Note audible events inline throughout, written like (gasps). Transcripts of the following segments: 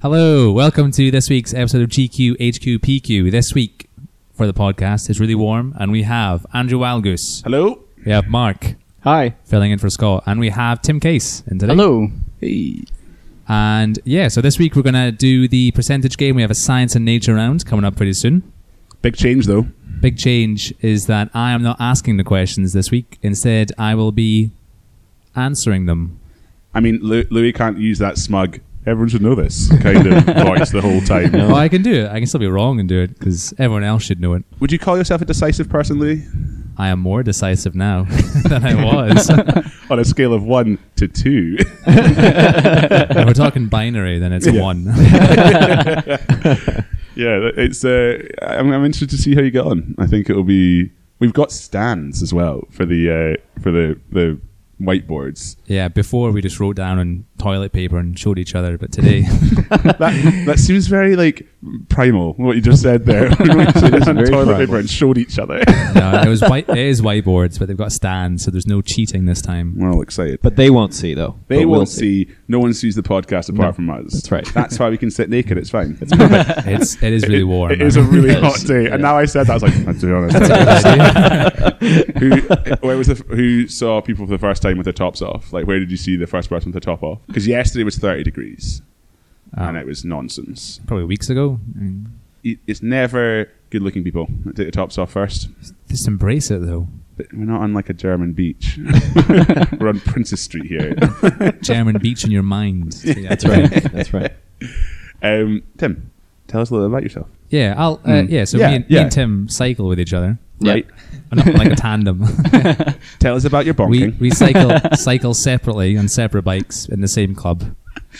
Hello, welcome to this week's episode of GQ HQ PQ. This week for the podcast is really warm, and we have Andrew Walgus, Hello. we have Mark Hi. filling in for Scott, and we have Tim Case in today. Hello. And yeah, so this week we're going to do the percentage game. We have a science and nature round coming up pretty soon. Big change though. Big change is that I am not asking the questions this week. Instead, I will be answering them. I mean, Lu- Louis can't use that smug. Everyone should know this kind (laughs) of voice the whole time. Well, I can do it. I can still be wrong and do it because everyone else should know it. Would you call yourself a decisive person, Louis? I am more decisive now (laughs) than I was. (laughs) On a scale of one to (laughs) two, if (laughs) we're talking binary, then it's Yeah. one. (laughs) yeah, that- it's. Uh, I'm, I'm interested to see how you get on. I think it'll be. We've got stands as well for the uh, for the the whiteboards. yeah, before we just wrote down on toilet paper and showed each other, but today, (laughs) That, that seems very like primal. What you just said (laughs) there. we actually just had Very toilet primal. paper and showed each other. (laughs) no, it was white. It is whiteboards, but they've got stands, so there's no cheating this time. We're all excited. But they won't see though. They But won't we'll see. No one sees the podcast apart No, from us. that's right. (laughs) That's why we can sit naked. It's fine. It's It's it is really warm. (laughs) It is a (laughs) really hot Yes. day. Yeah. And now I said that, I was like, to be honest, (laughs) who, where was the, f- who saw people for the first time with their tops off? Like, where did you see the first person with their top off? Because yesterday was 30 degrees, Ah. and it was nonsense. probably weeks ago. I mean, It- It's never good-looking people that take their tops off first. just embrace it though. But we're not on like a German beach. we're on Princess Street here. German beach in your (laughs) mind. That's right. That's right. Um, Tim, tell us a little about yourself. Yeah, I'll. Uh, Mm. Yeah, so Hmm. Yeah, me, and, me yeah. and Tim cycle with each other, Yeah. Right. We're not like a tandem. (laughs) Tell us about your we bonking. we (laughs) cycle cycle separately on separate bikes in the same club,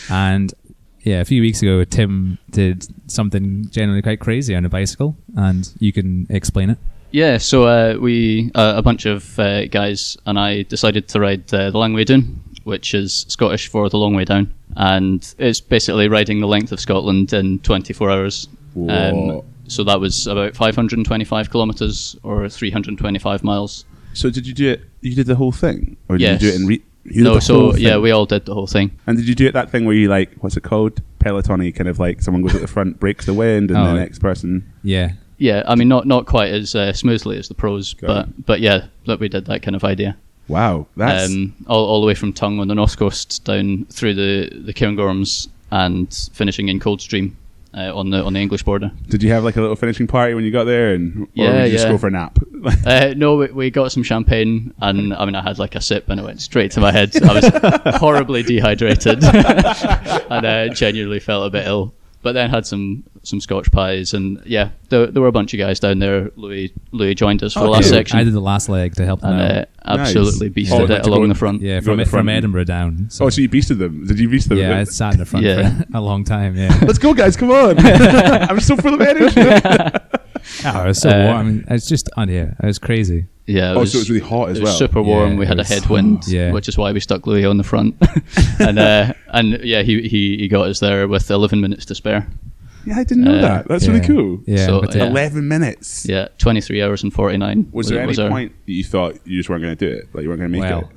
and yeah, a few weeks ago Tim did something generally quite crazy on a bicycle, and you can explain it. Yeah, so uh, we uh, a bunch of uh, guys and I decided to ride uh, the Long Way Down, which is Scottish for the Long Way Down, and it's basically riding the length of Scotland in 24 hours. Um, Whoa. so that was about 525 kilometres or 325 miles. So did you do it? You did the whole thing, or did Yes. you do it in? Re- you did No, the whole so thing? yeah, we all did the whole thing. and did you do it that thing where you like what's it called? Pelotony, kind of like someone goes at the front, breaks the wind, and Oh. the next person. Yeah, Yeah, I mean not not quite as uh, smoothly as the pros, Got but but yeah, that we did that kind of idea. Wow, that's um, all, all the way from Tongue on the north coast down through the the Cairngorms and finishing in Coldstream uh, on the on the English border. Did you have like a little finishing party when you got there, and or Yeah, did you just yeah. go for a nap? (laughs) Uh, no, we, we got some champagne, and I mean, I had like a sip, and it went straight to my head. I was horribly dehydrated, and I genuinely felt a bit ill. But then had some some Scotch pies, and yeah, there, there were a bunch of guys down there. Louis Louis joined us for the last Okay. section, Oh, I did the last leg to help them and out. uh, absolutely Nice. beasted Oh, it along the front. yeah, you were from the front. from Edinburgh down. So, oh, so you beasted them? Did you beast them? yeah, I sat in (laughs) the front Yeah. for (laughs) a long time. (laughs) Yeah, Let's go, guys! Come on! I'm so full of energy. oh, it was so Uh, warm. I mean, it's just on here. It was crazy. Yeah, it Oh, so it was really hot as it was well. Super Yeah, warm. we it had a was- headwind, Yeah. which is why we stuck Louis on (laughs) the front. and uh, and yeah, he, he he got us there with 11 minutes to spare. yeah, I didn't know Uh, that. That's Yeah. really cool. Yeah, So, but, uh, yeah. Eleven minutes. uh, Yeah, 23 hours and 49. Was there uh, any point that you thought you just weren't going to do it? Like you weren't going to make Well.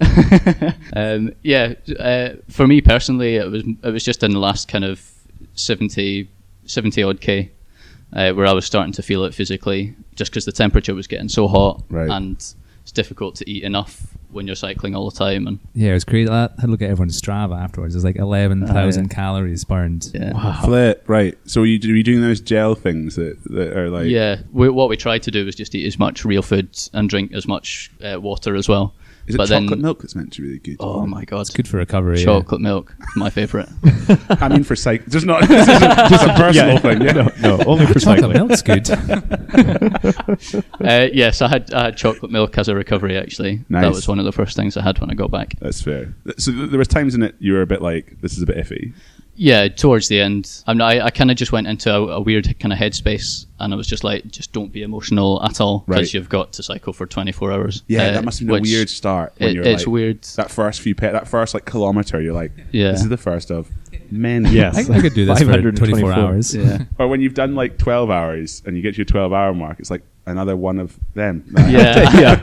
it? (laughs) Um, yeah, uh, for me personally, it was it was just in the last kind of 70 70 odd k. Uh, where I was starting to feel it physically, just because the temperature was getting so hot, Right. and it's difficult to eat enough when you're cycling all the time. And yeah, it was crazy. I had a look at everyone's Strava afterwards. It was like eleven thousand calories burned. Oh, yeah. Flip. Right. So were you, were you doing those gel things that, that are like? Yeah, we, what we tried to do was just eat as much real food and drink as much uh, water as well. Is it but chocolate then, milk that's meant to be really good? Oh my god, It's good for recovery. yeah. chocolate milk, my favorite. (laughs) I mean, for psych, just (laughs) not this is a, just a personal thing. Yeah. No, no, only for Chocolate cycling. milk's (laughs) good. (laughs) uh, yes, I had I had chocolate milk as a recovery. Actually, that Nice. was one of the first things I had when I got back. That's fair. So th- there was times in it you were a bit like, this is a bit iffy. Yeah, towards the end, I'm not, I, I kind of just went into a, a weird kind of headspace, and I was just like, just don't be emotional at all because Right. you've got to cycle for 24 hours. Yeah, Uh, that must have been a which weird start. When It, you're it's like, (laughs) weird. That first few pet, that first like kilometer, you're like, Yeah. this is the first of many. I, Yes. I could do this for 24 (laughs) 524. hours. Yeah. Or when you've done like twelve hours and you get to your twelve hour mark, it's like another one of them. (laughs) yeah, Yeah.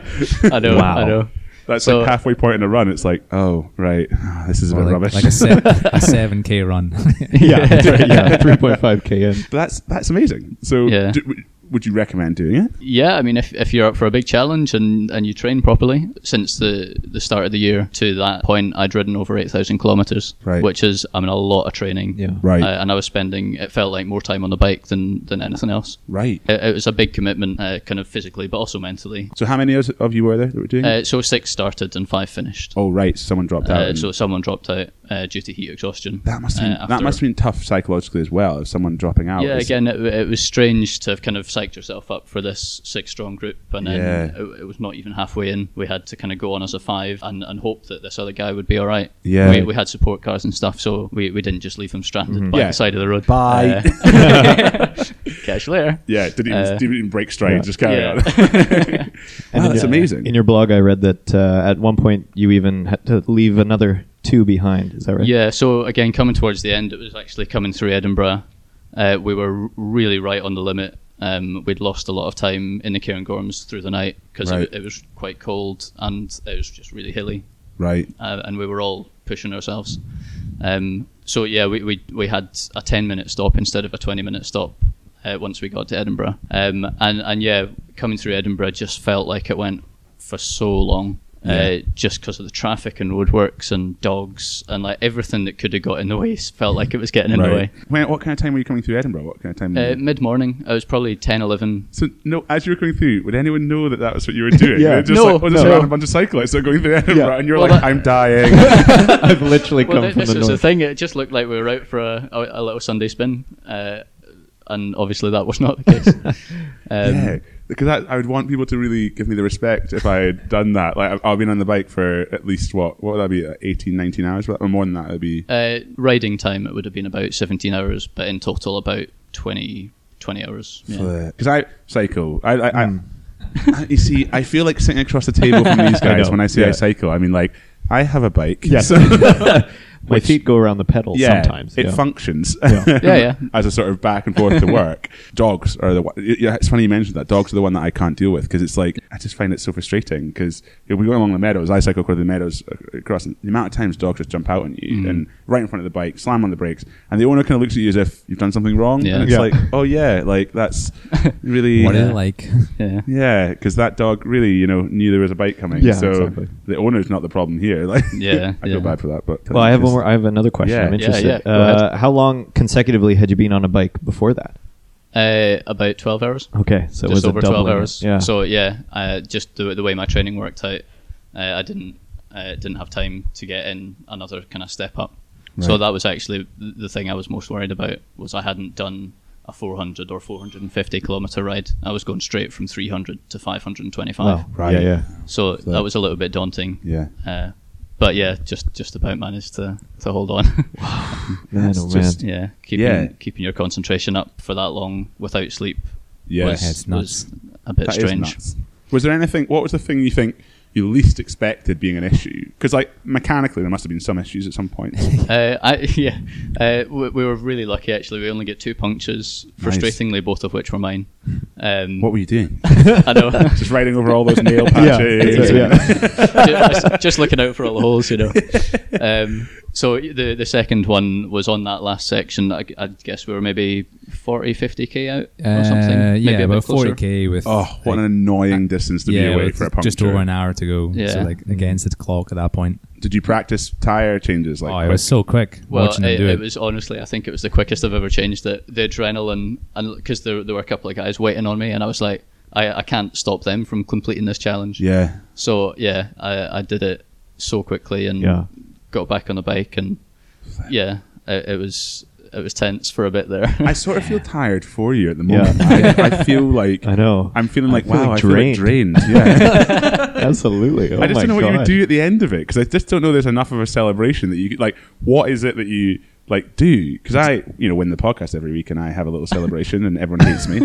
I know, Wow. I know. That's So- like halfway point in a run. It's like, oh right, (sighs) this is a Or bit like, rubbish. like a, (laughs) se- a 7k run. (laughs) yeah, that's right, yeah, 3.5 km. but that's that's amazing. So, Yeah. do, w- would you recommend doing it? Yeah, I mean, if, if you're up for a big challenge and, and you train properly, since the, the start of the year to that point, I'd ridden over 8,000 kilometres, Right. which is, I mean, a lot of training. Yeah. Right. Uh, and I was spending, it felt like more time on the bike than, than anything else. Right. It, it was a big commitment, uh, kind of physically, but also mentally. So, how many of of you were there that were doing? it? Uh, so six started and five finished. Oh right, someone dropped out. Uh, and- so someone dropped out uh, due to heat exhaustion. that must have been, uh, that after- must have been tough psychologically as well. If someone dropping out. Yeah, is- (laughs) again, it, it was strange to have kind of psyched yourself up for this six strong group, and then Yeah. it, it was not even halfway in. We had to kind of go on as a five and, and hope that this other guy would be all right. Yeah. Mm-hmm. We, we had support cars and stuff, so we, we didn't just leave him stranded by Yeah. the side of the road. Bye. Uh, catch you later. (laughs) Yeah, didn't even, Uh, didn't even break straight. yeah. Just carry (laughs) Yeah. on. (laughs) Wow, in that's your- amazing. In your blog, I read that uh, at one point you even had to leave another two behind. Is that (laughs) right? Yeah, so again, coming towards the end, it was actually coming through Edinburgh. Uh, we were r- really right on the limit. Um, we'd lost a lot of time in the Cairngorms through the night because Right. it, it was quite cold and it was just really hilly, right. uh, and we were all pushing ourselves. Um, so yeah, we, we we had a ten minute stop instead of a twenty minute stop uh, once we got to Edinburgh. Um, and and yeah, coming through Edinburgh just felt like it went for so long. Yeah. Uh, just because of the traffic and woodworks and dogs and like everything that could have got in the way (laughs) s- felt like it was getting in the way. Right. When, what kind of time were you coming through Edinburgh? What kind of time? were you- Uh, Mid morning, I was probably 10, 11. so no, as you were going through, would anyone know that that was what you were (laughs) doing? Yeah. They're just No, like, oh, there's no. a random bunch of cyclists that are going through Edinburgh, Yeah. and you're Well, like, that- I'm (laughs) dying. I've literally Well, come th- from this the is the north. thing. It just looked like we were out for a, a, a little Sunday spin, uh, and obviously that was not (laughs) the case. Um, yeah, because that, I would want people to really give me the respect if I had done that. Like I've, I've been on the bike for at least what? What would that be? Like 18, 19 hours? Or more than that, it'd be. Uh, riding time, it would have been about 17 hours, but in total about 20, 20 hours. Yeah. Because I cycle. I, I, I, (laughs) you see, I feel like sitting across the table from these Hmm. (laughs) I guys know, when I say I yeah. cycle. I mean, like I have a bike. Yes. so- (laughs) My Which- feet go around the pedal sometimes. It yeah. functions. Yeah. (laughs) Yeah, yeah. As a sort of back and forth to (laughs) work. Dogs are the one. Yeah, it's funny you mentioned that. Dogs are the one that I can't deal with because it's like, I just find it so frustrating because if we go along the meadows, I cycle across the meadows uh, across, and the amount of times dogs just jump out on you Mm-hmm. and right in front of the bike, slam on the brakes, and the owner kind of looks at you as if you've done something wrong. Yeah. And it's Yeah. like, oh yeah, like (laughs) that's really. What are yeah. they like? yeah. because that dog really, you know, knew there was a bike coming. Yeah, so exactly. the owner's not the problem here. (laughs) Like, Yeah, I feel yeah. bad for that. But Well, I have one more. I have another question. Yeah. I'm Yeah, interested. yeah, go uh, how long consecutively had you been on a bike before that? Uh, about 12 hours. Okay, so it was just a over 12 doubling. hours. Yeah. So, yeah, uh, just the, the way my training worked out, uh, I didn't uh, didn't have time to get in another kind of step up. So Right. that was actually the the thing I was most worried about was I hadn't done a 400 or 450 kilometer ride. I was going straight from 300 to 525. wow. Right. Yeah, yeah. So, So- that was a little bit daunting. Yeah. Uh, but yeah, just just about managed to, to hold on. Man, That's oh, just- man. (laughs) yeah, keeping Yeah. keeping your concentration up for that long without sleep Yes. Yeah, it's nuts. was a bit That is strange. nuts. Was there anything? What was the thing you think you least expected being an issue? Because like mechanically, there must have been some issues at some point. Uh, I, (laughs) yeah, uh, we, we were really lucky actually. We only get two punctures, Nice. frustratingly both of which were mine. Um, what were you doing? I know. (laughs) Just riding over all those nail Yeah, patches. that's it, yeah. just, just looking out for all the holes, you know. Um, so the the second one was on that last section. I, I guess we were maybe 40, 50 k out or something. Uh, maybe yeah, a bit about closer. 40k with. (laughs) Oh, what an annoying distance to be yeah, away with for a puncture. Mm. just over an hour to go. So Yeah. like against the clock at that point. Did you practice tire changes? Like oh, it was so quick Well, watching them it, do it. it was honestly, I think it was the quickest I've ever changed it. The adrenaline, and because there, there were a couple of guys waiting on me, and I was like, I, I can't stop them from completing this challenge. yeah, So yeah, I, I did it so quickly and Yeah. got back on the bike, and yeah, it, it was it was tense for a bit (laughs) there. (laughs) I sort of feel tired for you at the Yeah. moment. I, I feel like I know. I'm feeling like feeling wow, (laughs) I feel like drained. Yeah. (laughs) Absolutely. Oh I just my don't know God. what you would do at the end of it because I just don't know there's enough of a celebration that you could- like. What is it that you like do? Because I, you know, win the podcast every week and I have a little celebration and everyone hates (laughs) me.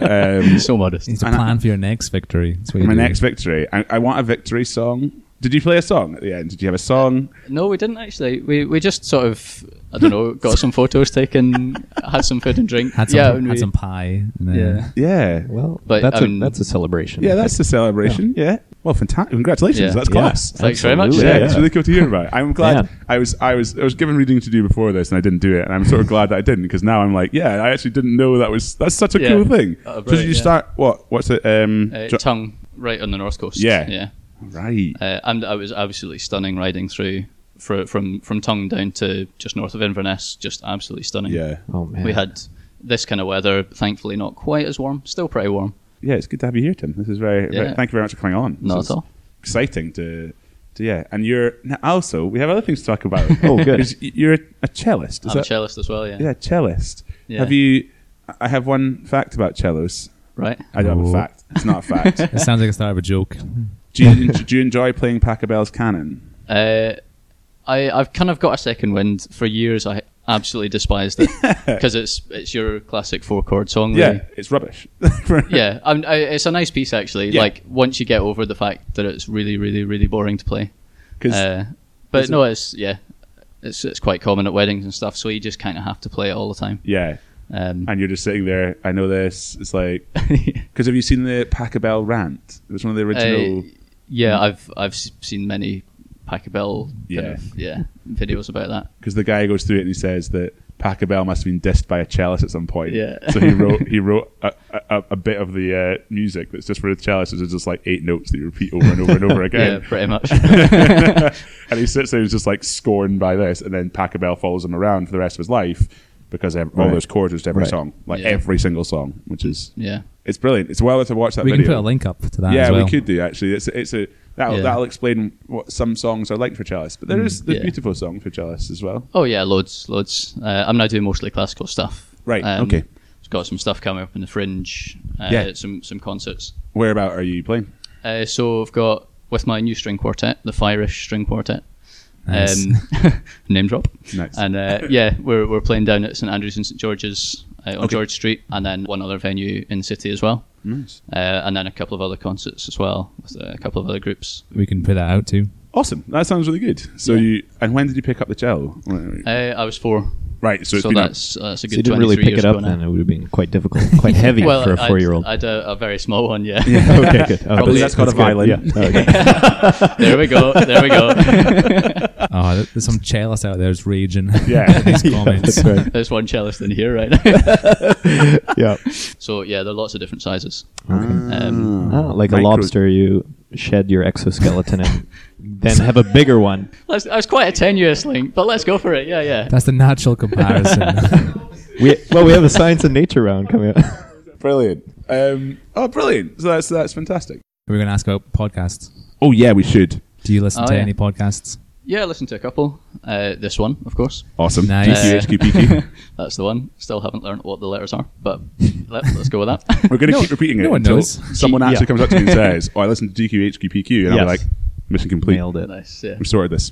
Um, so modest. It's a and I- plan for your next victory. That's what you my do. next victory, I, I want a victory song. Did you play a song at the end? Did you have a song? No, we didn't actually. We we just sort of I don't know, got some photos taken, had some food and drink. Had some, yeah, and had we- some pie. And then, Yeah. Yeah. Well, But, that's, I mean- a, that's a celebration. Yeah, that's the celebration. Yeah. Well, fantastic. Congratulations. Yeah. That's Yeah. class. Thanks very much. Yeah, Absolutely. it's really cool to hear about. It. I'm glad Yeah. I was I was I was given reading to do before this and I didn't do it, and I'm sort of glad that I didn't because now I'm like, yeah, I actually didn't know that was that's such a Yeah. cool thing. Oh, so did brilliant, you yeah. start what? What's it? Um, Uh, jo- Tongue, right on the north coast. Yeah. yeah. right. Uh, and I was absolutely stunning riding through fro- from from Tongue down to just north of Inverness. Just absolutely stunning. Yeah, Oh man. We had this kind of weather. Thankfully, not quite as warm. Still pretty warm. yeah. It's good to have you here, Tim. This is very. very- Yeah. thank you very much for coming on. Not This is at all. Exciting to. to yeah, and you're now also we have other things to talk (laughs) about. Oh, (laughs) good. 'Cause y- You're a, a cellist. Is I'm a that- cellist as well. Yeah. yeah, cellist. Yeah. Have you? I have one fact about cellos. Right. I don't have Oh. a fact. It's not a (laughs) (laughs) fact. It sounds like a start of a (laughs) joke. do, you, do you enjoy playing Pachelbel's Cannon? Uh, I I've kind of got a second wind. For years, I absolutely despised it (laughs) because it's it's your classic four chord song. really. Yeah, it's rubbish. (laughs) yeah, I mean, I, it's a nice piece actually. Yeah. Like once you get over the fact that it's really, really, really boring to play. 'Cause- Uh, but is no, it's yeah, it's it's quite common at weddings and stuff. So you just kind of have to play it all the time. yeah, Um, and you're just sitting there. I know this. It's like (laughs) because have you seen the Pachelbel rant? It was one of the original. Mm. uh, yeah, I've I've s- seen many Pachelbel kind Yeah. of yeah videos about that. because the guy goes through it and he says that Pachelbel must have been dissed by a cellist at some point. Yeah. So he (laughs) wrote he wrote a, a, a bit of the uh, music that's just for the cellist. It's just like eight notes that you repeat over and over and over (laughs) Yeah, again. (laughs) pretty much. and he sits there and is just like scorned by this, and then Pachelbel follows him around for the rest of his life because ev- all Right. those chords are to every Right. song, like Yeah. every single song, which is yeah, it's brilliant. It's well worth a watch that We can video. put a link up to that yeah, as well. we could do actually. It's it's a that'll, Yeah. that'll explain what some songs are like for cellist, but there is there's yeah. beautiful songs for cellist as well. oh yeah, loads, loads. Uh, I'm now doing mostly classical stuff. Um, Right, okay. It's got some stuff coming up in the fringe. Uh, Yeah. some some concerts. Whereabout are you playing? Uh, so I've got with my new string quartet, the Firish String Quartet. Nice. Um, (laughs) name drop. Nice. (laughs) And uh, yeah, we're, we're playing down at St Andrews and St George's uh, on Okay. Mm. George Street, and then one other venue in the city as well, Nice, uh, and then a couple of other concerts as well with uh, a couple of other groups. We can put that out (laughs) too. awesome. That sounds really good. So you and when did you pick up the cello? Uh, I was four, Right, so so, it's been a- (laughs) that's that's So a good. you didn't 23 really pick years it up ago now. then. It would have been quite difficult, (laughs) quite heavy Well, for a I'd- four-year-old. I'd, uh, a, a very small (laughs) one, yeah. okay, good. Oh, Probably that's got a violin. good. Yeah. Okay. (laughs) there we go. There we go. Oh, there- there's some cellist out there who's raging. (laughs) Yeah. at (laughs) these (laughs) yeah, comments. that's right. There's one cellist in here right now. (laughs) (laughs) Yeah. so yeah, there are lots of different sizes. Uh, Ah. Ah, like a Micro- lobster, you shed your exoskeleton and then have a bigger (laughs) one. That's, that's quite a tenuous link, but let's go for it. Yeah, yeah. That's the natural (laughs) comparison. We well, we have a science and nature round coming up. Brilliant. Um, oh, brilliant. So that's that's fantastic. We're going to ask about podcasts. Oh yeah, we should. Do you listen Oh, to yeah. any podcasts? yeah, I listened to a couple. Uh, this one, of course. Awesome. Nice. DQ, Uh, (laughs) HQPQ. That's the one. Still haven't learned what the letters are, but let, us go with that. (laughs) We're going to No- keep repeating it no one until knows. (laughs) someone Yeah. actually comes up to me and says, "Oh, I listened to DQ, HQPQ," and I'll be Yes. like, "Mission complete. Nailed it. (laughs) nice, yeah. We've sorted this."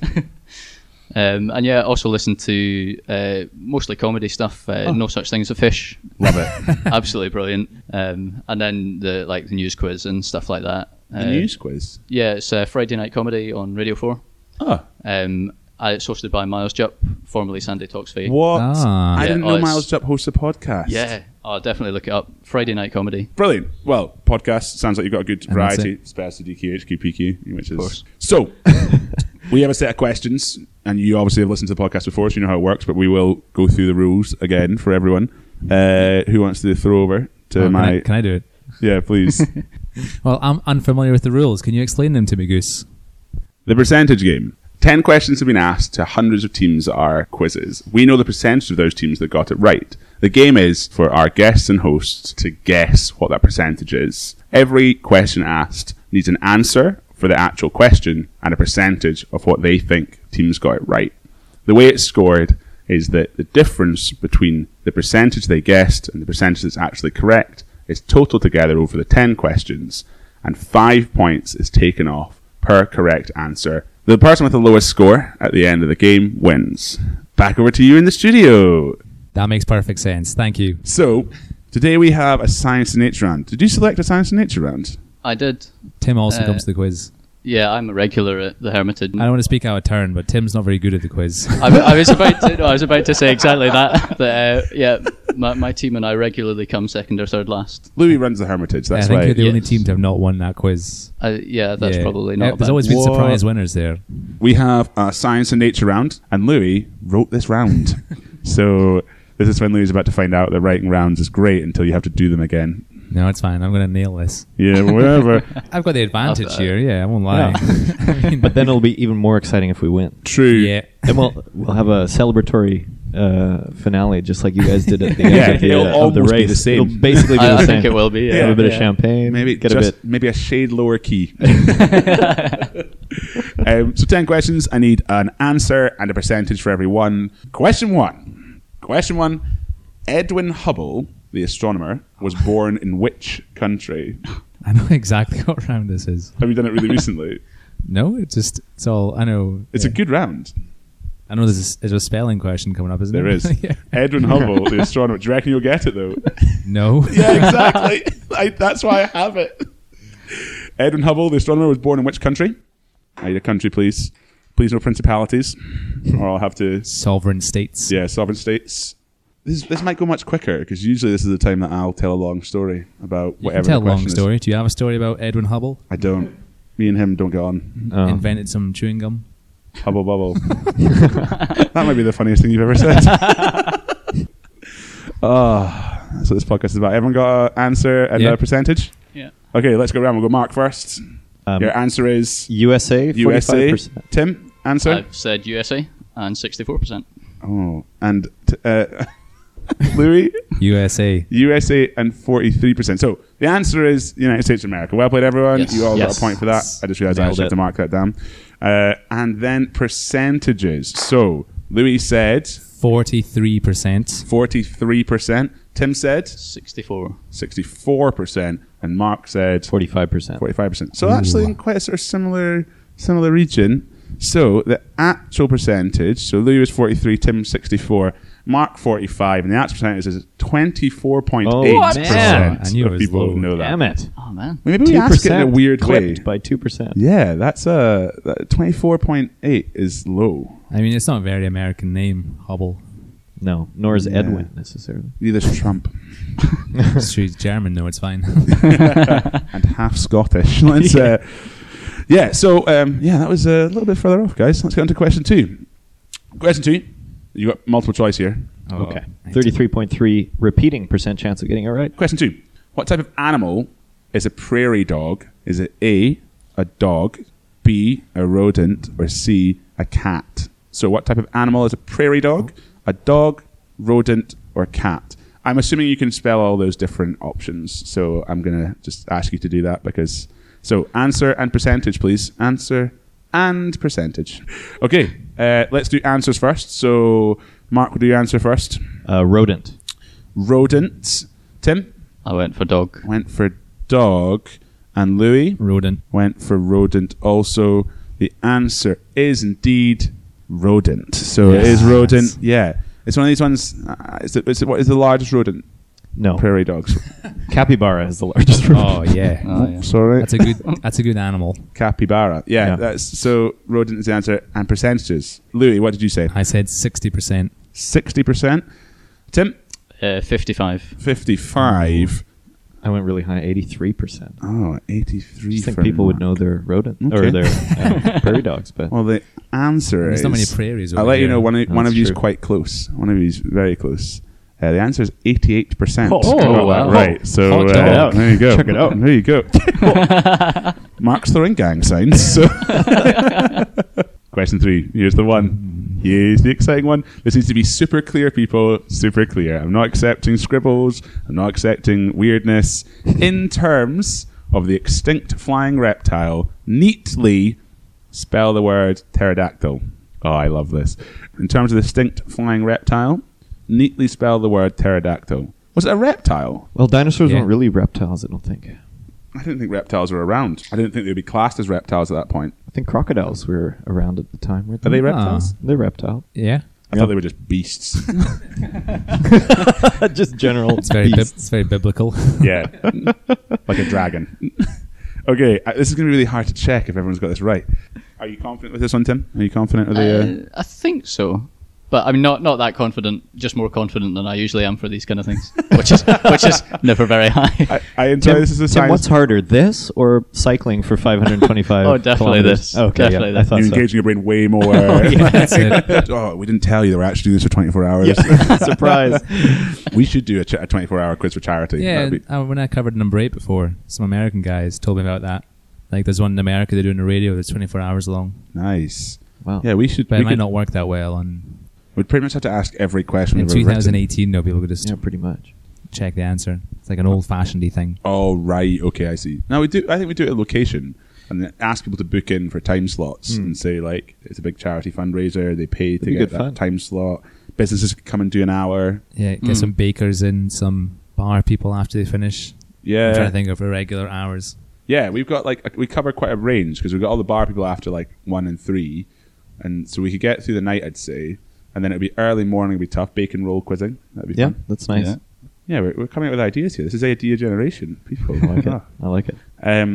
Um, and yeah, I also listened to uh, mostly comedy stuff. Uh, No such thing as a fish. Oh. Love it. (laughs) Absolutely brilliant. Um, and then the like the news quiz and stuff like that. (laughs) Uh, The news quiz. Yeah, it's a Friday night comedy on Radio Four. Oh, Um, uh, it's hosted by Miles Jupp, formerly Sandy Talks Fake. what? Ah. I Yeah, didn't oh, know it's- Miles Jupp hosts a podcast. Yeah, I'll definitely look it up. Friday night comedy. Brilliant. Well, podcast sounds like you've got a good And that's variety. Spares to DQ, HQPQ, which is course. so. (laughs) we have a set of questions, and you obviously have listened to the podcast before, so you know how it works. But we will go through the rules again for everyone. Uh, who wants to throw over to Oh, can, my? I, can I do it? (laughs) yeah, please. Well, I'm unfamiliar with the rules. Can you explain them to me, Goose? The percentage game. Ten questions have been asked to hundreds of teams at our quizzes. We know the percentage of those teams that got it right. The game is for our guests and hosts to guess what that percentage is. Every question asked needs an answer for the actual question and a percentage of what they think teams got it right. The way it's scored is that the difference between the percentage they guessed and the percentage that's actually correct is totaled together over the 10 questions, and 5 points is taken off per correct answer. The person with the lowest score at the end of the game wins. Back over to you in the studio. That makes perfect sense. Thank you. So, today we have a science and nature round. Did you select a science and nature round? I did. Tim also Uh, comes to the quiz. yeah, I'm a regular at the Hermitage. I don't want to speak out of turn, but Tim's not very good at the quiz. (laughs) I, w- I was about to, no, I was about to say exactly that. that uh, yeah, my, my team and I regularly come second or third last. Louis runs the Hermitage. I That's think why. you're the only Yes. team to have not won that quiz. Uh, yeah, that's Yeah. probably Yeah, not. There's bad. always been What? surprise winners there. we have a science and nature round, and Louis wrote this (laughs) round. so this is when Louis is about to find out that writing rounds is great until you have to do them again. No, it's fine. I'm going to nail this. Yeah, whatever. (laughs) I've got the advantage After- here. Yeah, I won't lie. (laughs) But then it'll be even more exciting if we win. True. yeah. Then we'll we'll have a celebratory uh, finale, just like you guys did (laughs) at the Yeah, end of the, it'll uh, of the almost be race. the same. It'll basically be I, the I same. think it will be. Yeah, Have a bit of yeah. champagne. Maybe get just a bit. maybe a shade lower (laughs) key. (laughs) um, so ten questions. I need an answer and a percentage for every one. Question one. Question one. Edwin Hubble, the astronomer, was born in which country? (laughs) I know exactly (laughs) what round this is. Have you done it really (laughs) recently? No, it's just, it's all, I know. It's yeah. a good round. I know there's a, there's a spelling question coming up, isn't There there? (laughs) is. yeah. Edwin Hubble, the astronomer. Do you reckon you'll get (laughs) it though? No. (laughs) yeah, exactly. I, that's why I have it. Edwin Hubble, the astronomer, was born in which country? I need a country, please. Please, no principalities, or I'll have (laughs) to. Sovereign states. Yeah, sovereign states. This, this might go much quicker because usually this is the time that I'll tell a long story about You whatever. can tell a the long question is. story. Do you have a story about Edwin Hubble? I don't. Me and him don't get on. Oh. Invented some chewing gum. Hubble bubble. that might be the funniest thing you've ever said. Ah, that's what this podcast is about. Everyone got an answer and Yeah. a percentage? Yeah. Okay, let's go around. We'll go Mark first. Um, Your answer is USA, USA. 45%. Tim, Uh, answer. I've said USA and 64%. Oh, and t- uh, (laughs) Louis, USA. USA and forty-three percent. So the answer is United States of America. Well played, everyone. Yes. You all got Yes. a point for that. I just realized I Nailed actually it. have to mark that down. Uh, and then percentages. So Louis said 43%. forty-three percent. Tim said 64. sixty-four percent, and Mark said 45%. forty-five percent. So actually, in quite a sort of similar similar region. So the actual percentage. So Louis was forty-three, Tim sixty-four, Mark forty-five, and the actual percentage is twenty-four point eight Oh, man. percent I knew it of was people low. who know that. Damn it. Oh, man. Well, Maybe we ask it in a weird way. clipped by 2%. yeah, that's uh, twenty-four point eight is low. I mean, it's not a very American name, Hubble. (laughs) No, nor is Yeah. Edwin necessarily. Neither's Trump (laughs) She's German, no, it's fine. (laughs) (laughs) and half Scottish. (laughs) Let's, uh, yeah. So um, yeah, that was a little bit further off, guys. Let's get on to question two. Question two. You got multiple choice here. Oh, okay. right. 33.3 repeating percent chance of getting it right. Question two. What type of animal is a prairie dog? Is it A, a dog, B, a rodent, or C, a cat? So, what type of animal is a prairie dog? A dog, rodent, or cat? I'm assuming you can spell all those different options. So, I'm going to just ask you to do that because. So, answer and percentage, please. Answer and percentage. Okay, uh, let's do answers first. So, Mark, will do your answer first. Uh, rodent. Rodent. Tim? I went for dog. went for dog, and Louis Rodent. went for rodent also. The answer is indeed rodent. So it is Yes. rodent. Yeah. It's one of these ones. Uh, is it, is it, what is the largest rodent? No. Prairie dogs. Capybara is the largest Oh, rodent. (laughs) yeah. Oh, yeah. Sorry. That's a good That's a good animal. capybara. Yeah. Yeah. That's, so rodent is the answer. And percentages. Louis, what did you say? I said 60%. 60%. Tim, Uh, 55. 55. I went really high, 83%. Oh, I 83 just think for people would Mark. know their rodent Okay. or their uh, (laughs) prairie dogs, but Well, the answer There's is. not many prairies. I'll over let you here. know one of, one That's of you is true. quite close. One of you is very close. Uh, the answer is 88%. Oh, Got that wow. Right. So Hot uh, dog. there you go. Check it out. There you go. (laughs) Mark's throwing gang signs. So. Question three. Here's the one. Here's the exciting one. This needs to be super clear, people. Super clear. I'm not accepting scribbles. I'm not accepting weirdness. In terms of the extinct flying reptile, neatly spell the word pterodactyl. Oh, I love this. In terms of the extinct flying reptile, neatly spell the word pterodactyl. Was it a reptile? well, dinosaurs Yeah. weren't really reptiles, I don't think. I I didn't think reptiles were around. I didn't think they would be classed as reptiles at that point. think crocodiles were around at the time. Weren't Are they Ah. reptiles? They're (laughs) reptile. (laughs) Yeah. I thought they were just beasts. (laughs) Just general (laughs) It's very, bib- it's very biblical. (laughs) yeah, like a dragon. Okay, uh, this is going to be really hard to check if everyone's got this right. Are you confident with this one, Tim? Are you confident with the? Uh, Uh, I think so. But I'm not, not that confident, just more confident than I usually am for these kind of things, which is which (laughs) is never very high. I, uh, I enjoy Uh, Tim, this as a Tim, science. what's harder, this or cycling for 525? (laughs) Oh, definitely kilometers? this. Okay, yeah, Definitely I this. thought You're so. engaging your brain (laughs) way more. That's it. (laughs) oh, we didn't tell you they were actually doing this for 24 hours. Yeah, (laughs) surprise. we should do a, ch- a 24 hour quiz for charity. Yeah, That'd be- and uh, when I covered number eight before, some American guys told me about that. Like, there's one in America they're doing a radio that's 24 hours long, nice. Oh. Wow. Yeah, we should. but We it might could- not work that well. And We'd pretty much have to ask every question. in we've ever written. 2018, no, people could just Yeah, pretty much. check the answer. It's like an old-fashioned thing. Oh right, okay, I see. Now we do. I think we do it at location and then ask people to book in for time slots and say like it's a big charity fundraiser. They pay to Hmm. be get good that fun. time slot. Businesses can come and do an hour. Yeah, get Mm. some bakers in, some bar people after they finish. I'm trying Yeah, to think of irregular hours. yeah. We've got like a, we cover quite a range because we've got all the bar people after like one and three, and so we could get through the night. I'd say, and then it'd be early morning. It'd be tough. Bacon roll quizzing. That'd be Yeah, fun. that's nice. Yeah. Yeah, we're, we're coming up with ideas here. This is idea generation, people. I (laughs) like it. I like it. Um,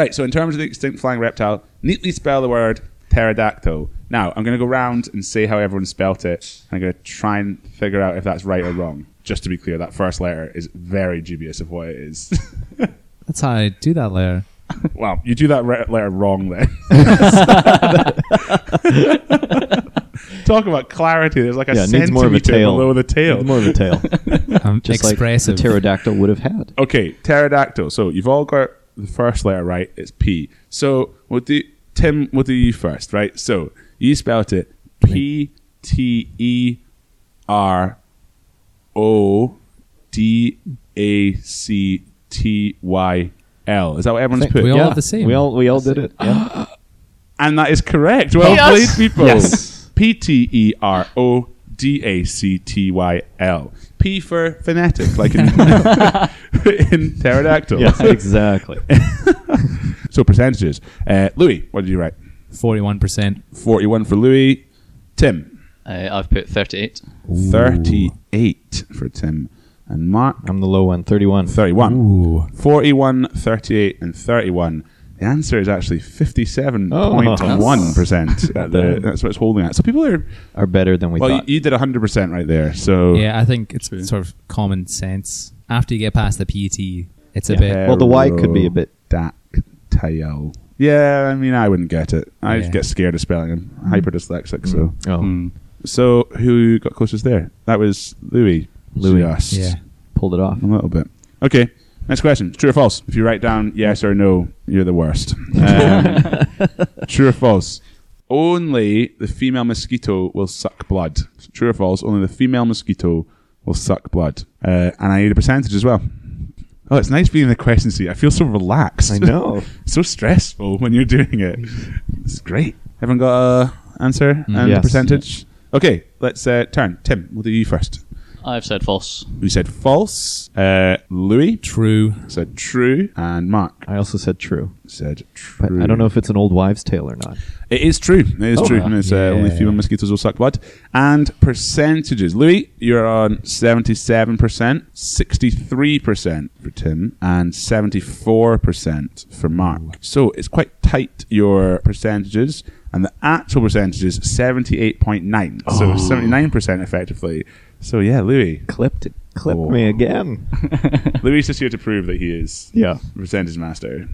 right, so in terms of the extinct flying reptile, neatly spell the word pterodactyl. Now, I'm going to go round and say how everyone spelt it. and I'm going to try and figure out if that's right or wrong. Just to be clear, that first letter is very dubious of what it is. (laughs) That's how I do that layer. well, you do that re- letter wrong (laughs) then. Talk about clarity. There's like a yeah, it needs centimeter more of a tail. below the tail. Needs more of (laughs) a tail. I'm Just expressive. like the pterodactyl would have had. Okay, pterodactyl. So you've all got the first letter right. It's P. So we'll do Tim. We'll do you first, right? So you spelt it P T E R O D A C T Y L. Is that what everyone's Think- put? We all yeah, have the same. We all we all did it. (gasps) Yeah. and that is correct. Well Yes. played, people. Yes. P T E R O D A C T Y L. P for phonetic, like in, (laughs) in pterodactyl. (laughs) yes, exactly. So percentages. Uh, Louis, what did you write? 41%. 41 for Louis. Tim, Uh, I've put 38. 38 for Tim. And Mark, I'm the low one, 31. 31. Ooh. 41, 38, and 31. The answer is actually 57.1%. Oh. (laughs) at the, that's what it's holding at. So people are, Are better than we well, you, thought. you did 100% right there. So Yeah, I think it's sort of common sense. After you get past the PT, it's a bit. Well, the Y could be a bit- Dactyl. Yeah, I mean, I wouldn't get it. I Yeah. Mm-hmm. get scared of spelling. I'm hyper dyslexic, so. oh, Hmm. So who got closest there? That was Louis. Louis. Just Yeah. pulled it off. A little bit. Okay. Next question. True or false? If you write down yes or no, you're the worst. Um, (laughs) true or false? Only the female mosquito will suck blood. True or false? Only the female mosquito will suck blood. Uh, and I need a percentage as well. Oh, it's nice being in the question seat. (laughs) I feel so relaxed. (laughs) I know. (laughs) so stressful when you're doing it. It's great. Everyone got a answer and a Mm, Yes. percentage? Okay, let's uh, turn. Tim, we'll do you first. I've said false. We said false. Uh, Louis True. said true, and Mark I also said true, said true. but I don't know if it's an old wives' tale or not. it is true. It is Oh, true. wow. And it's, uh, Yeah. only female mosquitoes will suck blood. And percentages. Louis, you're on seventy-seven percent, sixty-three percent for Tim, and seventy-four percent for Mark. So it's quite tight your percentages. And the actual percentage is seventy-eight point nine. Oh. So seventy-nine percent effectively. So yeah, Louis. Clipped it. Clipped Oh. me again. Louis is just here to prove that he is yeah. percentage master.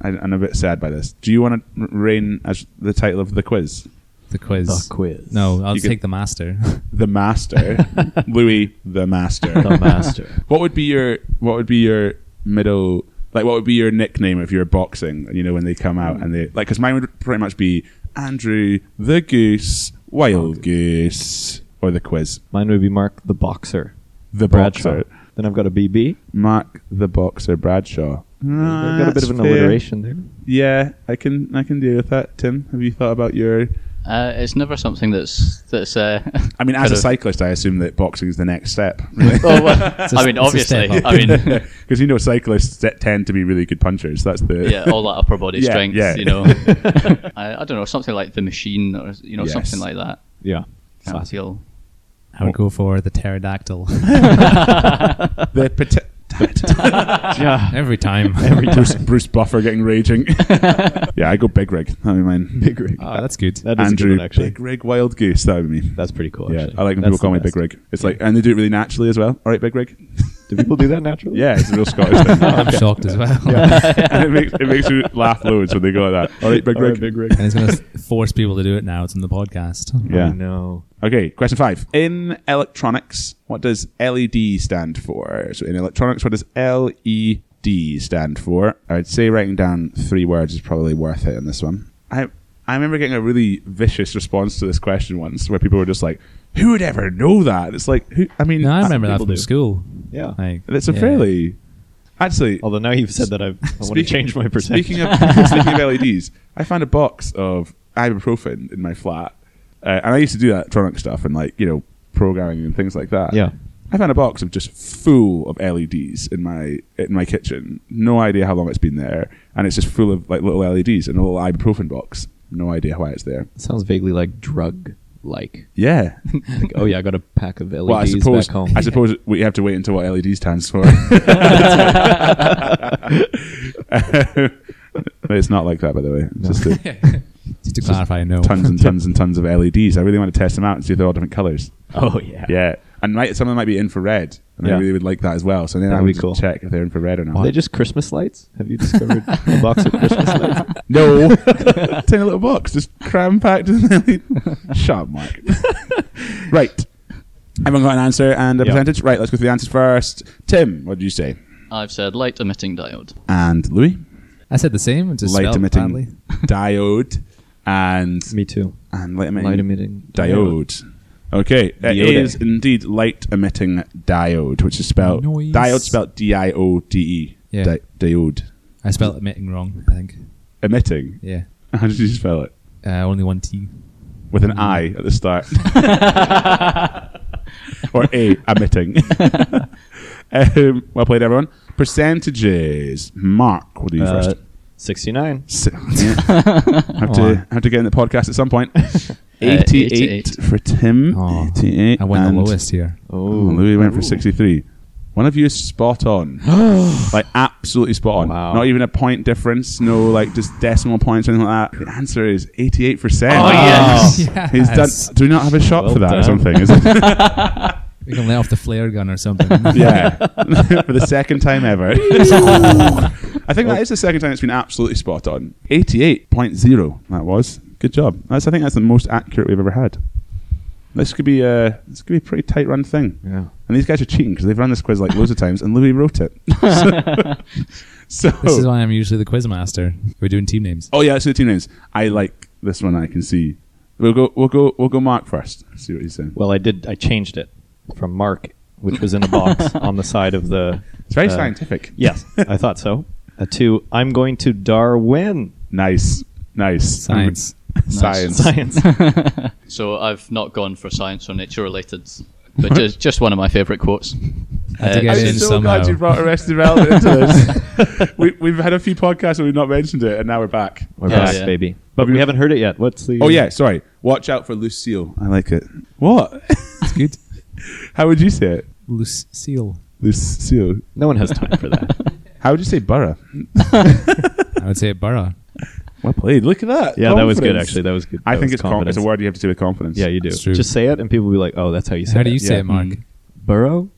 I, I'm a bit sad by this. Do you want to reign as the title of the quiz? The quiz. The quiz. No, I'll You could- take the master. (laughs) The (laughs) master, Louis the master. The master. what would be your What would be your middle? Like, what would be your nickname if you're boxing? You know, when they come out and they like, because mine would pretty much be Andrew the Goose, Wild Goose, or the Quiz, (laughs) Mine would be Mark the boxer. the Bradshaw. boxer, Then I've got a BB. Mark the boxer, Bradshaw. I've got a bit That's of an fair. alliteration there. Yeah, I can I can deal with that. Tim, have you thought about your Uh, it's never something that's that's. Uh, (laughs) I mean, kind as a of- (laughs) cyclist, I assume that boxing is the next step, (laughs) Oh, (laughs) well, a- I it's mean, a obviously. step up. (laughs) I mean, because you know cyclists that tend to be really good punchers. That's the yeah, all that upper body Yeah, strength, yeah. you know. (laughs) I, I don't know, something like the machine or, you know, Yes. something like that. Yeah. (laughs) I feel. (laughs) I would go for the pterodactyl. the pte- (laughs) yeah. (laughs) Every time. Every (laughs) time. Bruce, Bruce Buffer getting (laughs) raging. yeah, I go big rig. That'd be mine. Big rig. Ah, oh, that's good. Uh, That is a Andrew, good one, actually. big rig, wild goose. That'd be me. That's pretty cool. yeah, actually. I like when That's people call the me big best. rig. It's like, and they do it really naturally as well. All right, big rig. Do people do that (laughs) naturally? Yeah, it's a real Scottish thing. (laughs) I'm shocked as well. (laughs) it, makes, it makes you laugh loads when they go like that. All right, big All right, rig. big rig. (laughs) And it's going to force people to do it now. It's on the podcast. Yeah. No. Okay, question five. In electronics, what does LED stand for? So in electronics, what does LED stand for? I'd say writing down three words is probably worth it in this one. I I remember getting a really vicious response to this question once where people were just like, Who would ever know that? It's like who I mean No, I remember that people from do. school. Yeah. Like, Ah, That's a yeah. (laughs) fairly actually Although now you've said that I've, I want to Speaking- change my (laughs) perception. Speaking of speaking of LEDs, I found a box of ibuprofen in my flat, uh, and I used to do that electronic stuff and like you know programming and things like that. Yeah. I found a box of just full of LEDs in my in my kitchen. No idea how long it's been there, and it's just full of like little LEDs in a little ibuprofen box. No idea why it's there. Sounds vaguely like drug (laughs) like. Yeah. Like, oh yeah, I got a pack of LEDs well, E I suppose back home. I suppose we have to wait until what LED stands for. (laughs) it's not like that, by the way. It's (laughs) just a, Just to clarify, no. tons (laughs) and tons and tons of LEDs. I really want to test them out and see if they're all different colors. (laughs) oh yeah. Yeah, and might, some of them might be infrared, and I Yeah. really would like that as well. So then I That'd be would just cool. check if they're infrared or Are not. they just Christmas lights? Have you discovered a box (laughs) of Christmas lights? no, (laughs) (laughs) it's in a little box, just cram packed. in E LED. (laughs) Shut up, Mark. right, everyone got an answer and a Yeah. percentage. Right, let's go through the answers first. Tim, what did you say? I've said light (laughs) emitting diode. And Louis, I said the same. Just light spelled emitting badly. diode, and Me too. and light emitting Light emitting diode. Okay, it Diode. is indeed light emitting diode, which is spelled Noise. diode spelled D I O D E. Yeah. Di- diode I spelled emitting wrong, I think. emitting. (laughs) Yeah. How did you spell it? Uh, only one T. E With an I at (laughs) the start, or A (laughs) emitting. um, well played, everyone. Percentages. Mark, we'll do you Uh, first. Sixty-nine. So, (laughs) yeah. have to have to get in the podcast at (laughs) some point. 88, 88. for Tim. Uh, Oh, 88. I went and the lowest here. Oh, Louis went for 63. One of you is spot on. (gasps) like, absolutely spot on. Wow. Not even a point difference. No, like, just decimal points or anything like that. The answer is 88%. Oh, (laughs) yes. He's done. Yes. Do we not have a shot Well for that or done. something? Is it? We can let off the flare gun or (laughs) something. yeah. for the second time ever. I think that is the second time it's been absolutely spot on. 88.0, that was. Good job. That's, I think that's the most accurate we've ever had. This could be a, this could be a pretty tight run thing. Yeah. And these guys are cheating because they've run this quiz like loads of times, and Louis wrote it. (laughs) so, This is why I'm usually the quiz master. We're doing team names. oh yeah, so the team names. I like this one. I can see. We'll go. We'll go. We'll go. Mark first. See what he's saying. Well, I did. I changed it from Mark, which was in (laughs) a box on the side of the. It's very uh, scientific. Yes, I thought so. Uh, to I'm going to Darwin. (laughs) Nice. Nice. Science. (laughs) Science. (laughs) Science. So I've not gone for science or nature related, (laughs) but just, just one of my favourite quotes. Had to get I'm it in so somehow. glad you brought Arrested Development into this. we, we've had a few podcasts where we've not mentioned it, and now we're back. We're Yeah, back, yeah. baby. But we haven't heard it yet. What's the? Oh yeah, sorry. Watch out for Lucille. I like it. What? It's good. (laughs) How would you say it, Lucille. Lucille? No one has time for that. (laughs) How would you say Burra? I would say (laughs) Burra. Well played. Look at that. Yeah, that was good. Confidence. Actually, that was good. I That think was it's con- it's a confidence. word you have to do with confidence. Yeah, you do. That's true. Just say it, and people will be like, "Oh, that's how you say How it." Mm-hmm. do you say yeah. it, Mark? Mm. Burrow.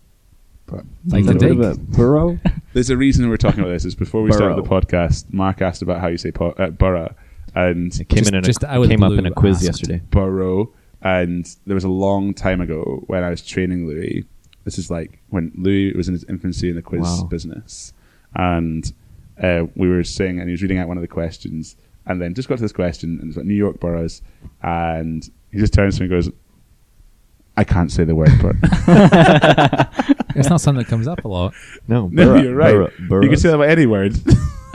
Like the A little dig. bit of a (laughs) Burrow. There's a reason we're talking about this. Is before we started Burrow. the podcast, Mark asked about how you say po- uh, Burra and It came Just- in. in just out a, of the came up blue, in a quiz asked. yesterday. Burrow, and there was a long time ago when I was training Louis. This is like when Louis was in his infancy in the quiz Wow. business, and uh, we were saying, and he was reading out one of the questions, and then just got to this question, and it's about New York boroughs, and he just turns to me and goes, "I can't say the word Burrow." It's not something that comes up a lot. No, (laughs) no, Burrow, you're right. Burrow, you can Burrows. say that about any word. (laughs)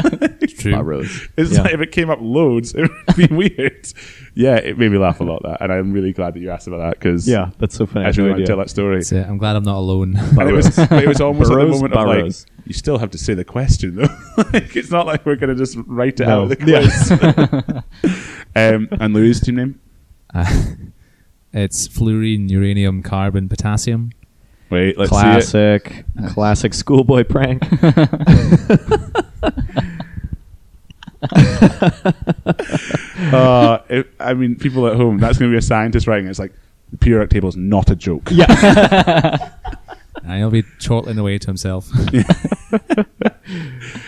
It's true. Burrows. It's Yeah. like if it came up loads, (laughs) it would be weird. Yeah, it made me laugh a lot. That, and I'm really glad that you asked about that because Yeah, that's so I funny. I had just no really want to idea. tell that story. It's, uh, I'm glad I'm not alone. And (laughs) it was, but it was almost at the Burrows, moment Burrows. of like, you still have to say the question though. (laughs) like, it's not like we're going to just write it out No. of the (laughs) quiz. um, and Louis' team name? Uh, it's fluorine, uranium, carbon, potassium. Wait, let's see it. classic, classic schoolboy (laughs) prank. Uh, if, I mean, people at home, that's going to be a scientist writing. It's like the periodic table is not a joke. And he'll be chortling away to himself. (laughs) (laughs)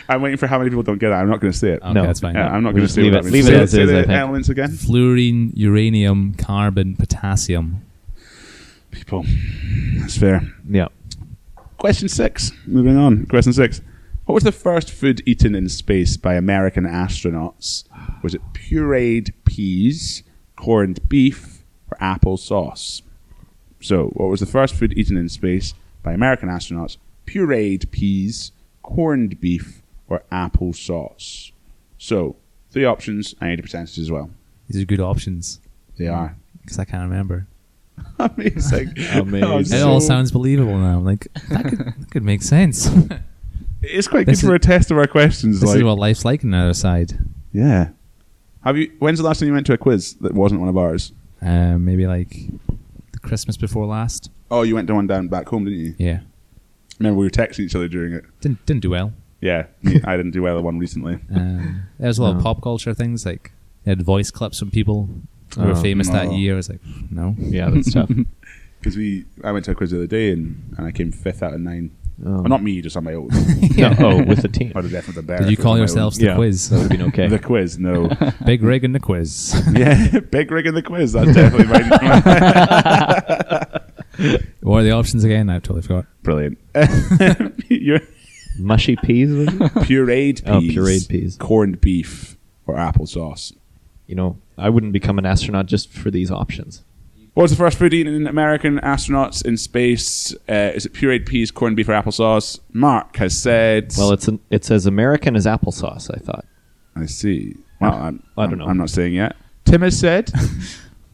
I'm waiting for how many people don't get it. I'm not going to say it. Okay, No. that's fine. Yeah, I'm not We going to just say leave what it- that means. leave it Say- as say is, the I think. elements again. Fluorine, uranium, carbon, potassium. People, that's fair. yeah. Question six. Moving on. Question six. What was the first food eaten in space by American astronauts? Was it pureed peas, corned beef, or apple sauce? So, what was the first food eaten in space by American astronauts? Pureed peas, corned beef, or apple sauce? So, three options. I need a percentage as well. These are good options They are because I can't remember. (laughs) amazing. Amazing. I'm It it all so- sounds believable now. I'm like, that could, that could make sense. (laughs) It's quite good This for a test of our questions. this like, is what life's like on the other side. Yeah. Have you? When's the last time you went to a quiz that wasn't one of ours? Uh, maybe like the Christmas before last. Oh, you went to one down back home, didn't you? Yeah. Remember we were texting each other during it. Didn't, didn't do well. Yeah, me- I didn't do well at one recently. Um, (laughs) there was a lot No. of pop culture things like they had voice clips from people who were Oh, famous that no. year. I was like, no. (laughs) Yeah, that's (laughs) tough. Because we, I went to a quiz the other day and, and I came fifth out of nine. Oh. Well, not (laughs) me, just on my own. No, (laughs) oh, with the team. I'd have definitely done better. Did if you it was call on my own. yourselves the Yeah. quiz? That would have been (laughs) okay. The quiz, no. Big Rig and the (laughs) quiz. yeah, (laughs) big rig in the quiz. That's definitely my what are the options again? I totally forgot. brilliant. (laughs) Your Mushy peas. was it? pureed peas, Oh, pureed peas. corned beef, or applesauce. You know, I wouldn't become an astronaut just for these options. What was the first food eaten in American astronauts in space? Uh, is it pureed peas, corned beef, or applesauce? Mark has said. Well, it's an, it's as American as applesauce. I thought. I see. Well, I'm, I I'm- don't know. I'm not saying yet. Tim has said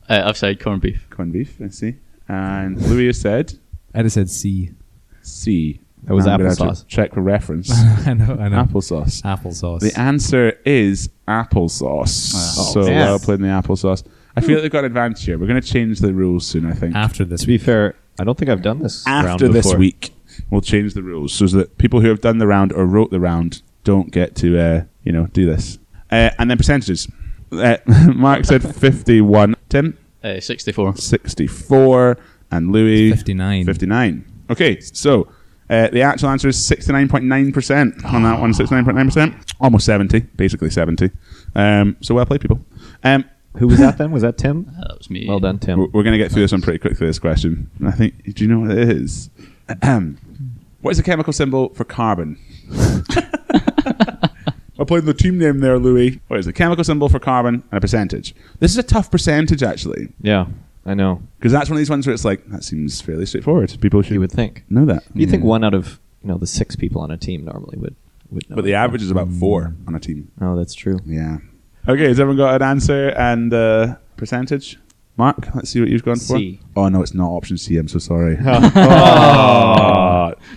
Uh, I've said corned beef. (laughs) corned beef. I see. And Louis has said I just said C. (laughs) C. That was Now I'm gonna have to applesauce. Check for (laughs) reference. (laughs) I know. I know. applesauce. Applesauce. The answer is applesauce. Oh, so yes. well played in the applesauce. I feel like they've got an advantage here. We're going to change the rules soon. I think. After this, To be fair, I don't think I've done this round after this before. week, we'll change the rules so that people who have done the round or wrote the round don't get to, uh, you know, do this. Uh, and then percentages. Uh, (laughs) Mark said 51, Tim Uh, 64. 64, and Louis 59. 59. Okay, so uh, the actual answer is 69.9% on that one, 69.9%. Almost 70, basically 70. Um, so well played, people. Um, Who was that then? Was (laughs) that Tim? Uh, that was me. Well done, We're, Tim. we're going to get through this one pretty quickly, this question. And I think, do you know what it is? Ahem. what is the chemical symbol for carbon? I played the team name there, Louis. What is the chemical symbol for carbon and a percentage? This is a tough percentage, actually, Yeah, I know. because that's one of these ones where it's like, that seems fairly straightforward. People should Mm-hmm. You would think. know that. You would think Mm. one out of you know the six people on a team normally would would know. But the average is about four on a team. Oh, that's true. Yeah. Okay, has everyone got an answer and uh, percentage? Mark, let's see what you've gone for. C. Oh no, it's not option C. I'm so sorry.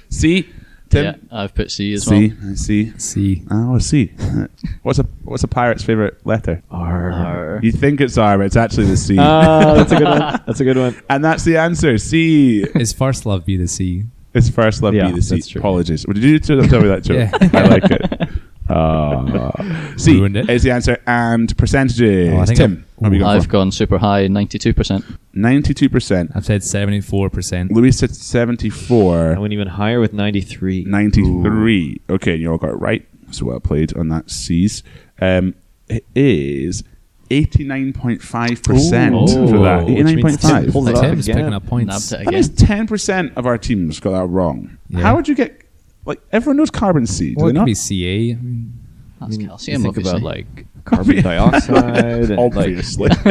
(laughs) C. Tim. Yeah, I've put C as C. well. I see. C. Oh, C. (laughs) what's a what's a pirate's favorite letter? R. You think it's R, but it's actually the C. Ah, that's a good one. That's a good one. (laughs) and that's the answer. C. His first love be the C. It's first love Yeah, be the C. that's true. Apologies. What did you do to tell me that joke? Yeah. I like it. Uh, C Ruined it. is the answer and percentages. Oh, I think Tim, I've- what have you gone I've for? gone super high, 92%. Ninety-two percent. I've said 74%. Louis said I 74, went even higher with ninety three. 93. Okay, you all got it right. So well played on that C's. Um, it is 89.5% Oh. Ooh. for that. Ooh, which means Tim 89.5. pulls it off Tim's again. picking up points. Nabbed it That is again. 10% of our teams got that wrong. Yeah. How would you get, like, everyone knows carbon C, do Well, they it could (laughs) not? be CA. I mean, That's You calcium, think obviously. about like (laughs) carbon dioxide and like Obviously. (laughs)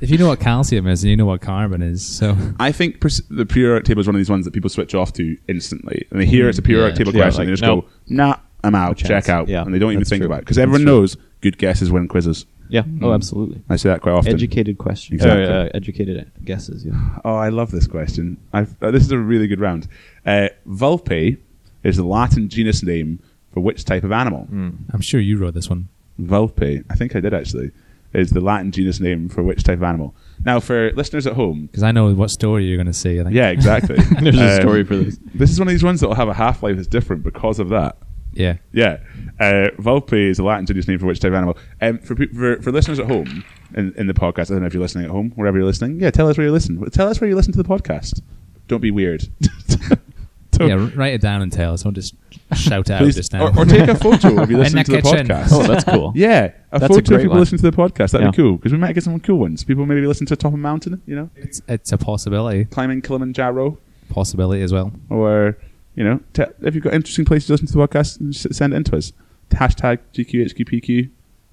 if you know what calcium is, then you know what carbon is. So (laughs) I think pers- the periodic table is one of these ones that people switch off to instantly. And they hear it's a periodic yeah. table Mm, Yeah, question. like, they just nope. go, nah, I'm out, check chance. out. Yeah, and they don't even that's think true. about it. Because That's everyone true. knows good guesses win quizzes. yeah. Oh, absolutely. I say that quite Mm-hmm. often. Educated questions. Exactly. Or, uh, educated guesses. Yeah. Oh, I love this question. I've, uh, this is a really good round. Uh, Vulpe is the Latin genus name for which type of animal? Mm. I'm sure you wrote this one. Vulpe. I think I did actually. is the Latin genus name for which type of animal. Now, for listeners at home, Because I know what story you're going to say. I think. Uh, (laughs) yeah, (laughs) exactly. There's a Um, story for this. This is one of these ones that will have a half life that's different because of that. Yeah. Yeah, uh, Volpe is a Latin genus name for which type of animal. Um, for, peop- for for listeners at home in, in the podcast, I don't know if you're listening at home, wherever you're listening. Yeah, tell us where you listen. Tell us where you listen to the podcast. Don't be weird. (laughs) (laughs) Don't- Yeah. r- Write it down and tell us. Don't just shout out please- just now. or, (laughs) or take a photo if you listen In to the the kitchen. podcast. Oh, that's cool. (laughs) Yeah, a That's a photo if great people one. listen to the podcast. That'd be Yeah. cool because we might get some cool ones. People maybe listen to Top of Mountain, you know, it's, it's a possibility. climbing Kilimanjaro, Possibility as well. or you know, te- if you've got interesting places to listen to the podcast, s- send it into us. Hashtag GQHQPQ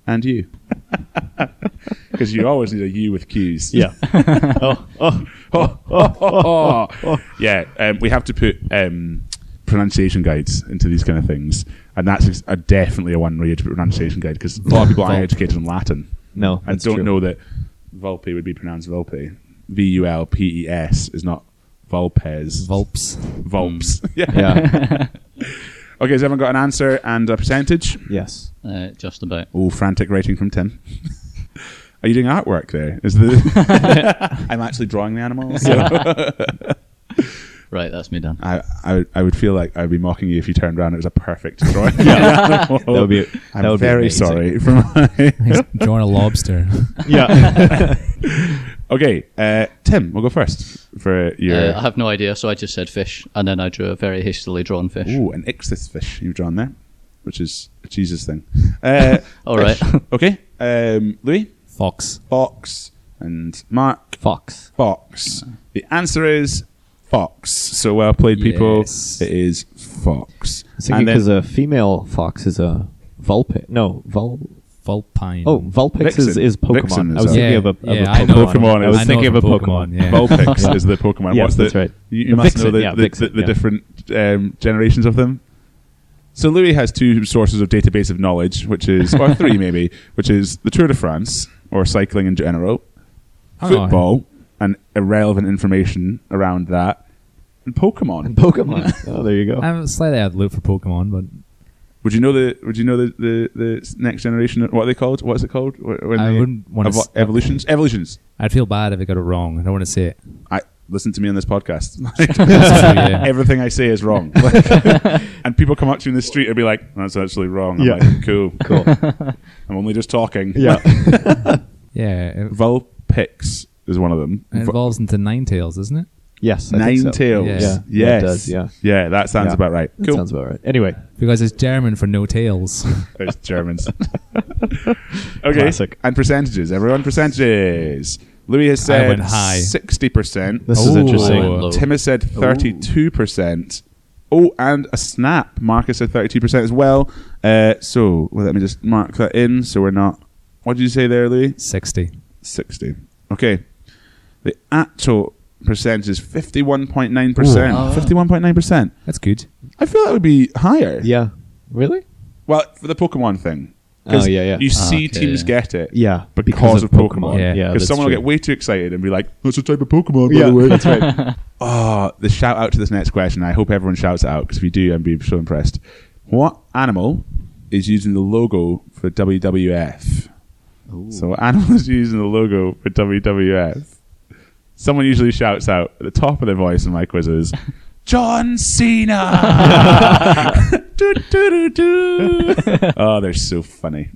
and (laughs) you, because you always need a you with Qs. Yeah. (laughs) oh, oh, oh, oh, oh, oh. yeah. Um, we have to put um, pronunciation guides into these kind of things, and that's ex- uh, definitely a one where you have to put pronunciation guide because a lot of people aren't educated in Latin. No, and that's don't true. know that Volpe would be pronounced Volpe. V U L P E S is not Volpes. (laughs) Vulps. Volps. yeah. Yeah. (laughs) Okay, has everyone got an answer and a percentage? yes. Uh, just about. Oh, frantic rating from Tim. (laughs) Are you doing artwork there? Is the (laughs) I'm actually drawing the animals. Right, that's me Ah, done. (laughs) I, I, would- I would feel like I'd be mocking you if you turned around. It was a perfect (laughs) drawing. that That would be. I'm that would be very amazing. sorry for my He's (laughs) drawing a lobster. (laughs) Yeah. (laughs) Okay, uh, Tim, we'll go first for your. Uh, I have no idea, so I just said fish, and then I drew a very hastily drawn fish. Ooh, an Ixthys fish you've drawn there, which is a Jesus thing. Uh, All right. (laughs) okay. Um, Louis, Fox. fox, and Mark, Fox. fox. The answer is fox. So well played, people. Yes. It is fox. I was thinking And then- because a female fox is a vulpix. No, vul. Vulpine. Oh, vulpix is, Vixen. is Pokemon. Vixen is I was a- thinking Yeah, of a, of yeah, a I know- Pokemon I was is- I know thinking of a of a (laughs) Pokemon. Pokemon, yeah. Vulpix Yeah. is the Pokemon. uh, Yeah, What's the, that's right. You, you The must Vixen, know the, yeah, the, Vixen, the, the yeah. different um, generations of them. So Louis has two sources of database of knowledge, which is or (laughs) three maybe, which is the Tour de France or cycling in general, Oh. football, and irrelevant information around that, and Pokemon. (laughs) Pokemon. oh, there you go. I'm slightly out of the loop for Pokemon, but Would you know the Would you know the the, the next generation? What are they called? What's it called? Wh- When I they- wouldn't wanna evo- s- evolutions. Evolutions. I'd feel bad if I got it wrong. I don't want to say it. I listen to me on this (laughs) podcast. Yeah. Everything I say is wrong. (laughs) Like, and people come up to you in the street and be like, "That's actually wrong." I'm Yeah. like, (laughs) "Cool, cool. I'm only just talking." Yeah. Yeah. It (laughs) Vulpix is one of them. it V- evolves into Nine Tails, isn't it? yes. I think Nine so. tails. Yeah. Yes. Yeah, it does, yeah. Yeah, that sounds Yeah. about right. That Cool. sounds about right. Anyway, Because it's German for no tails. (laughs) It's (laughs) Germans. okay. Classic. And percentages. Everyone, percentages. Louis has I said went high. sixty percent. this is Ooh. interesting. Low. Tim has said 32%. Oh, and a snap. Marcus said 32% as well. Uh, so well, let me just mark that in so we're not. What did you say there, Louis? 60. 60. Okay. The actual percent is 51.9%. 51.9%. That's good. I feel that would be higher. Yeah. Really? Well, for the Pokemon thing. Oh 'Cause yeah, yeah. You see okay. teams get it. Yeah. Because, of, Pokemon. Yeah. Yeah. Because that's someone true. will get way too excited and be like, that's a type of Pokemon, by Yeah, the way. that's right. (laughs) Oh, the shout out to this next question. I hope everyone shouts it out because if you do, I'd be so impressed. What animal is using the logo for WWF? So, what animal (laughs) is using the logo for WWF? Someone usually shouts out at the top of their voice in my (laughs) quizzes, John Cena! (laughs) Do, do, do, do. Oh, they're so funny.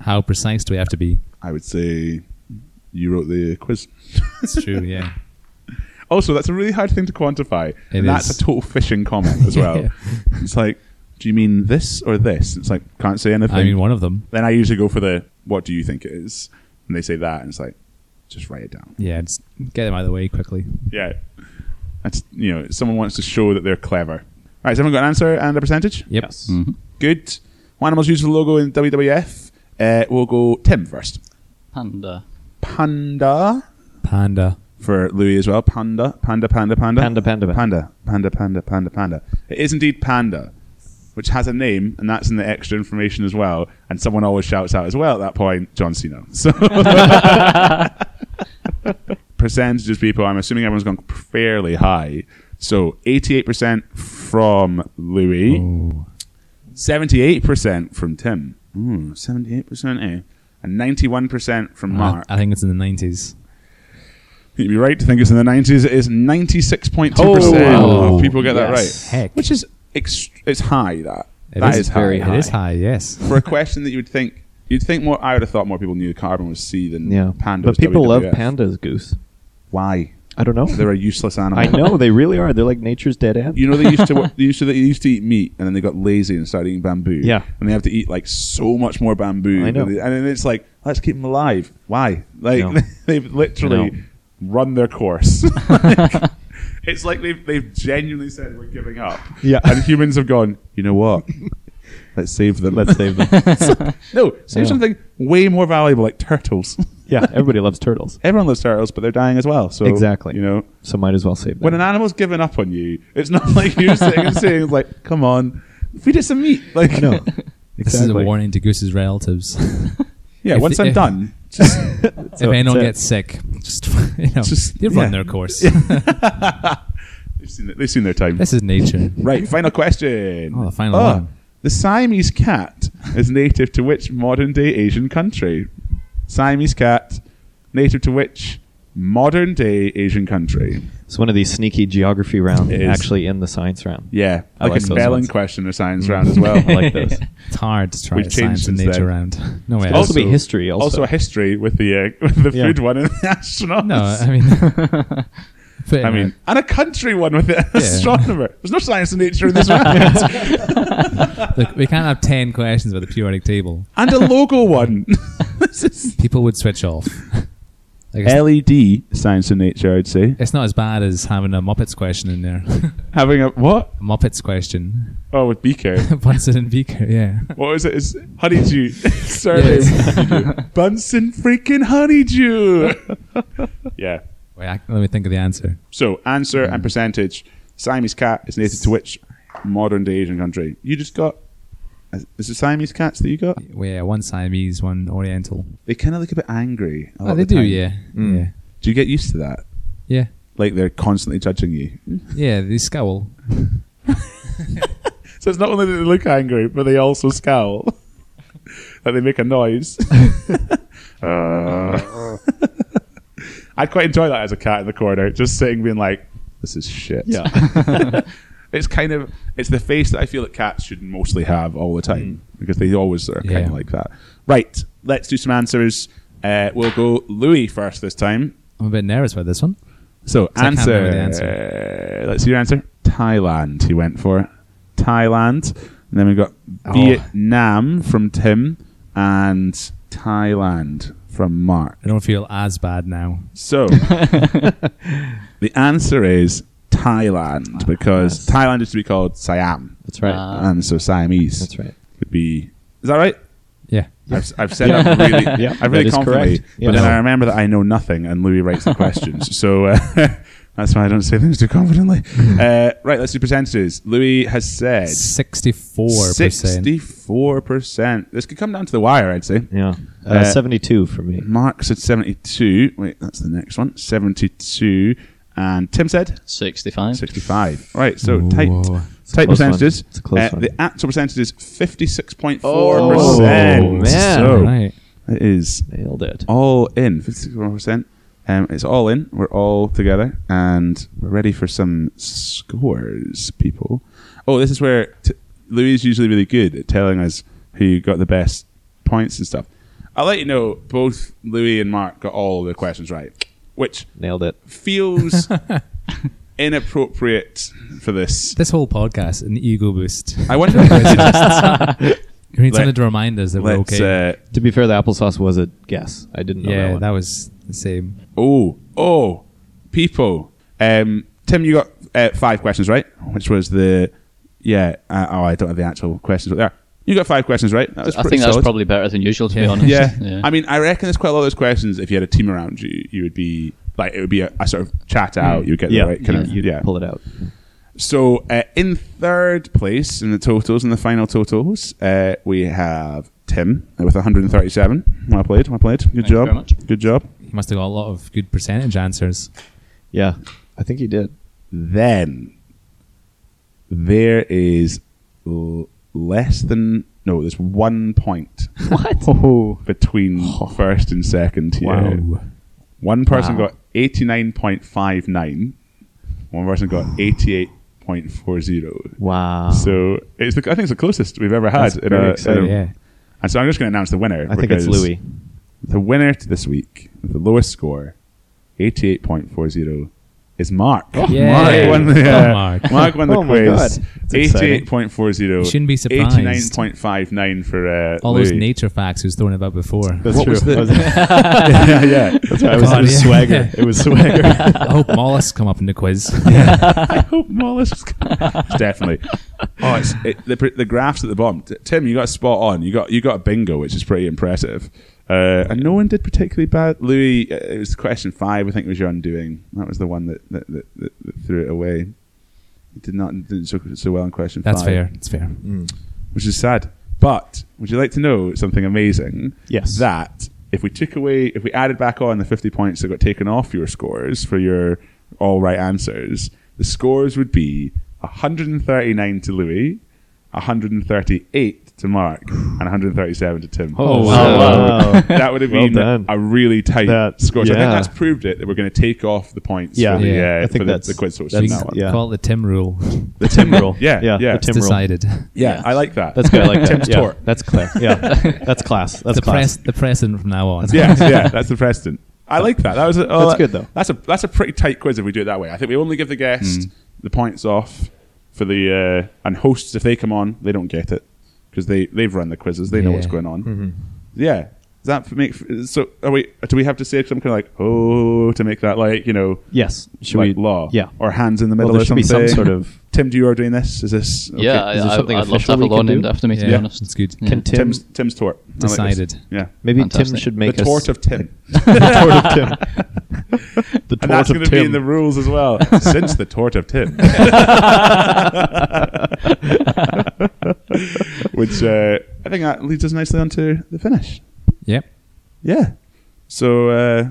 How precise do we have to be? I would say you wrote the quiz. It's true, yeah. Also, that's a really hard thing to quantify. It and that's is. a total fishing comment (laughs) as well. Yeah. It's like, do you mean this or this? It's like, can't say (laughs) anything. I mean, one of them. then I usually go for the, what do you think it is? And they say that, and it's like, just write it down. Yeah, just get them out of the way quickly. Yeah. That's, you know, someone wants to show that they're clever. All right, has everyone got an answer and a percentage? Yep. Mhm. Good. What animals use the logo in WWF? Uh, we'll go Tim first. (laughs) Panda. Panda Panda. for Louis as well. Panda, panda, panda, panda. Panda, panda, panda. Panda, panda, panda, panda, panda. It is indeed panda, which has a name, and that's in the extra information as well. And someone always shouts out as well at that point, John Cena. (laughs) So percentages, people. I'm assuming everyone's gone fairly high. So 88% from Oh. Louis, Oh. Ooh. 78% from Tim. Ooh, 78%, Hmm, eh? and 91% from Mark. I, I think it's in the 90s. You'd be right to think it's in the 90s. It is 96.2% Oh, of people get that yes. right. Heck. Which is ex- it's high, that. It that is is, very It is high, yes. For a question that you would think, you'd think more, I would have thought more people knew carbon was C than Yeah, pandas. but people love WWF. pandas, goose. Why? I don't (laughs) know. They're a useless animal. I know they really are. They're like nature's dead end. You know they used to (laughs) wa- they used to they used to eat meat and then they got lazy and started eating bamboo. Yeah. and they have to eat like so much more bamboo. I know. and then it's like let's keep them alive. Why? Like No. (laughs) they've literally I know. run their (laughs) course. Like, it's like they've they've genuinely said we're giving up. Yeah. and humans have gone. You know what? (laughs) Let's save them. Let's (laughs) save them. no I know. save something way more valuable like turtles. (laughs) yeah, everybody loves turtles, Everyone loves turtles, but they're dying as well. So Exactly. You know so might as well save them. when an animal's given up on you, it's not (laughs) like you're sitting and saying like, "Come on, feed it some meat." Like, I know. (laughs) This is a Exactly. warning to Goose's relatives. (laughs) yeah. If once the- I'm if- (laughs) done, (laughs) just if So anyone that's it. gets sick, just, (laughs) you know, Just- they've run yeah. their (laughs) course. they've seen, they've seen their (laughs) time. this is nature. (laughs) Right. Final question. Oh, the final one. The Siamese cat is native to which modern day Asian country? Siamese cat, native to which modern day Asian country? It's one of these sneaky geography rounds, It is. actually in the science round. Yeah, I like, like a those spelling ones. question or science Mm. (laughs) round as well. I like those. It's hard to try We've to changed science and since nature then. around. (laughs) No way. Also, be history. Also, Also, a history with the uh, (laughs) with the Yeah. food one and the (laughs) astronaut. no, I mean, (laughs) (laughs) But, I uh, mean, and a country one (laughs) with an astronomer. There's no science and nature in this round. look, we can't have ten questions about the periodic table. and a logo (laughs) one. this is People would switch off. (laughs) Like, it's, LED E science and nature. I'd say it's not as bad as having a Muppets question in there. (laughs) having a what? a Muppets question. (laughs) Oh, with BK. Bunsen and Beaker, yeah. What was it? It's (laughs) honeydew. Sorry, Yes. (laughs) (laughs) Bunsen freaking honeydew. yeah. Wait, I, let me think of the answer. So answer Mm-hmm. and percentage. Siamese cat is native to which modern day Asian country? You just got. Is it Siamese cats that you got? Well, yeah, one Siamese, one Oriental. They kind of look a bit angry. a lot Oh, of they the Hmm. do, time. yeah. Mm. Do you get used to that? Yeah. Like they're constantly judging you. Yeah. Yeah, they scowl. So it's not only that they look angry, but they also scowl. (laughs) like they make a noise. Uh. (laughs) I'd quite enjoy that as a cat in the corner, just sitting being like, this is shit. yeah, (laughs) It's kind of, it's the face that I feel that cats should mostly have all the time because they always are kind Yeah. of like that. Right, let's do some answers. Uh, we'll go Louis first this time. I'm a bit nervous about this one. So I can't answer. remember the Uh, let's see your answer. Thailand. He went for Thailand, and then we got Oh. Vietnam from Tim and Thailand from Mark. I don't feel as bad now. (laughs) So the answer is Thailand because Ah, Yes. Thailand is to be called Siam, that's right. Ah. and so Siamese that's right. would be. Is that right? Yeah. I've, I've said that really, (laughs) Yeah, I really that is confidently, correct. Yeah. but then No. I remember that I know nothing, and Louis writes (laughs) the questions, so uh, (laughs) that's why I don't say things too (laughs) confidently. uh, right, let's do percentages. Louis has said 64%. sixty-four percent. This could come down to the wire, I'd say. Yeah, uh, Uh, seventy-two for me. Mark said seventy-two. Wait, that's the next one. Seventy-two, and Tim said 65. 65. Right, so tight, Whoa. tight close percentages. one. It's a close Uh, one. The actual percentage is 56.4%. Oh, man. So Right. it is Nailed it. all in, 56.4%. Um, it's all in. We're all together and we're ready for some scores, people. Oh, this is where t- Louis is usually really good at telling us who got the best points and stuff. I'll let you know both Louis and Mark got all the questions right, which Nailed it. feels inappropriate for this. This whole podcast, an ego boost. I wonder if it's We need Let- something to remind us that we're let's, okay. uh, To be fair, the applesauce was a guess. I didn't know yeah, that that, one. was the same. oh, oh, people. Um, Tim, you got uh, five questions, right? Which was the, yeah, uh, oh, I don't have the actual questions, but there. You got five questions, right? That was I pretty think that's solid. probably better than usual, to be Yeah. honest. (laughs) yeah. I mean, I reckon there's quite a lot of those questions. If you had a team around you, you would be like, it would be a, a sort of chat Mm. out. You would get yeah, the right kind of you yeah. pull it out. So uh, in third place in the totals, in the final totals, uh, we have Tim with 137. Well played, well played. Good Thank you job. very much. Good job. You must have got a lot of good percentage answers. Yeah, I think he did. Then there is l- less than No, there's one point What? oh. (laughs) (laughs) between first and second here. One person Wow. got 89.59, one person got 88.40. Wow. So it's the, I think it's the closest we've ever had. That's in very a- exciting. in a- yeah. And so I'm just going to announce the winner. I think it's because Louis. The winner to this week with the lowest score, 88.40, is Mark. Yeah. Mark won the, uh, Oh, Mark. Mark won the Oh my quiz. God. That's exciting. 88.40. You shouldn't be surprised. 89.59 for uh, All Louis. those nature facts he was thrown about before. That's What true. was the- (laughs) yeah, yeah. That's right. It was, it God, was yeah. swagger. It was swagger. (laughs) I hope mollusks come up in the (laughs) quiz. I hope mollusks. Definitely. (laughs) Oh, it's, it, the, pr- the graphs at the bottom. T- Tim, you got spot on. You got you got a bingo, which is pretty impressive. Uh, and no one did particularly bad. Louis, uh, it was question five. I think was your undoing. That was the one that that, that, that, that threw it away. He did not did so, so well in question That's five. fair. It's fair. Mm. Which is sad. But would you like to know something amazing? Yes. That if we took away, if we added back on the 50 points that got taken off your scores for your all right answers, the scores would be 139 to Louis, 138 to Mark, and 137 to Tim. Oh, So- wow. (laughs) That would have Well been done. a really tight That- score. So I yeah. think that's proved it that we're going to take off the points Yeah. for the, Yeah. uh, I think for the, that's- the quiz source. that's- in that one. We yeah. Call it the Tim rule. The Tim (laughs) rule. Yeah, Yeah, yeah. the Yeah, Tim- It's rule. decided. I like that. That's good. (laughs) I like that. Tim's yeah. tort. That's (laughs) class. Yeah. That's class. That's the press, class. the precedent from now on. yeah, (laughs) yeah, that's the president. I like that. That was a, oh, That's that- good, though. That's a that's a pretty tight quiz if we do it that way. I think we only give the guest Mm. the points off for the uh, and hosts if they come on they don't get it because they they've run the quizzes they know what's Yeah. going Hmm. on. Mm-hmm. Yeah, does that make so? Are we? Do we have to say some kind of like oh to make that like you know Yes. Should like we? law Yeah. or hands in the Well, middle there or should something? be some sort of (laughs) Tim, do you are doing this? Is this okay. Yeah, Is there I, something I, I'd love to official have a we can law named do? after me, to be Yeah. honest. It's good. Yeah. Can Tim? Tim's Tim's tort I like this. Decided. yeah. Maybe Tim Fantastic. should make the us (laughs) tort of Tim. the tort (laughs) of Tim. the tort And that's of going to Tim. be in the rules as (laughs) well. Since the tort of Tim, which uh, I think that leads us nicely onto the finish. Yep. Yeah. So uh,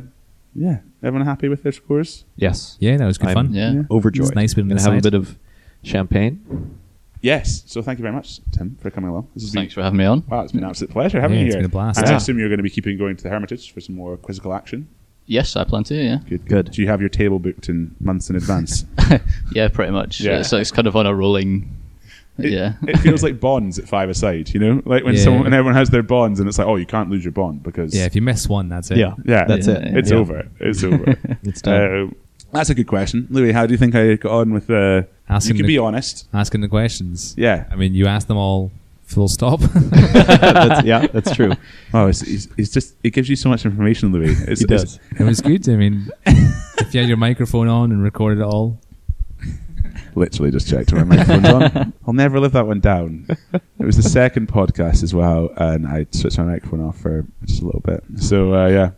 yeah, everyone happy with their scores? yes. Yeah, that was good I'm- fun. Yeah. Yeah. Overjoyed. It's nice being Gonna have a inside. bit of champagne. Yes. So thank you very much, Tim, for coming along. This has Thanks for having me on. been wow, it's been an absolute pleasure having Yeah, you it's here. been a blast. And I Yeah. assume you're going to be keeping going to the Hermitage for some more quizzical action. Yes, I plan to, yeah. Good. Do you have your table booked in months in (laughs) advance? (laughs) Yeah, pretty much. Yeah. Yeah. So it's kind of on a rolling. It, yeah. it feels like bonds at five aside, you know? Like when Yeah. someone and everyone has their bonds and it's like, oh, you can't lose your bond because Yeah, if you miss one, that's it. Yeah. Yeah. That's it. It's Yeah. over. It's over. (laughs) It's done. um, that's a good question. Louis, how do you think I got on with uh Asking You can the- be honest. Asking the questions. Yeah. I mean, you asked them all full stop. (laughs) (laughs) that's, yeah, that's true. Oh, it's, it's, it's just it gives you so much information, Louis. It's, He it's- does. it was good. I (laughs) mean, if you had your microphone on and recorded it all, literally just checked when my microphone's on. I'll never live that one down. It was the second podcast as well, and I switched my microphone off for just a little bit. So uh, yeah,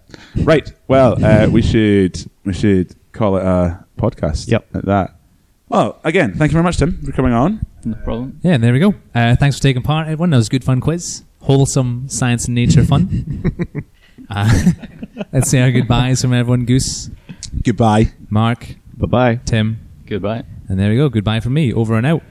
right. Well, uh, we should we should call it a podcast. Yep. At that. Well, again, thank you very much, Tim, for coming on. (laughs) No problem. yeah, there we go. Uh, thanks for taking part, everyone. That was a good fun quiz. Wholesome science and nature fun. uh, (laughs) let's say our goodbyes from everyone Goose, Goodbye. Mark, Bye bye. Tim, Goodbye. and there we go. Goodbye from me. Over and out.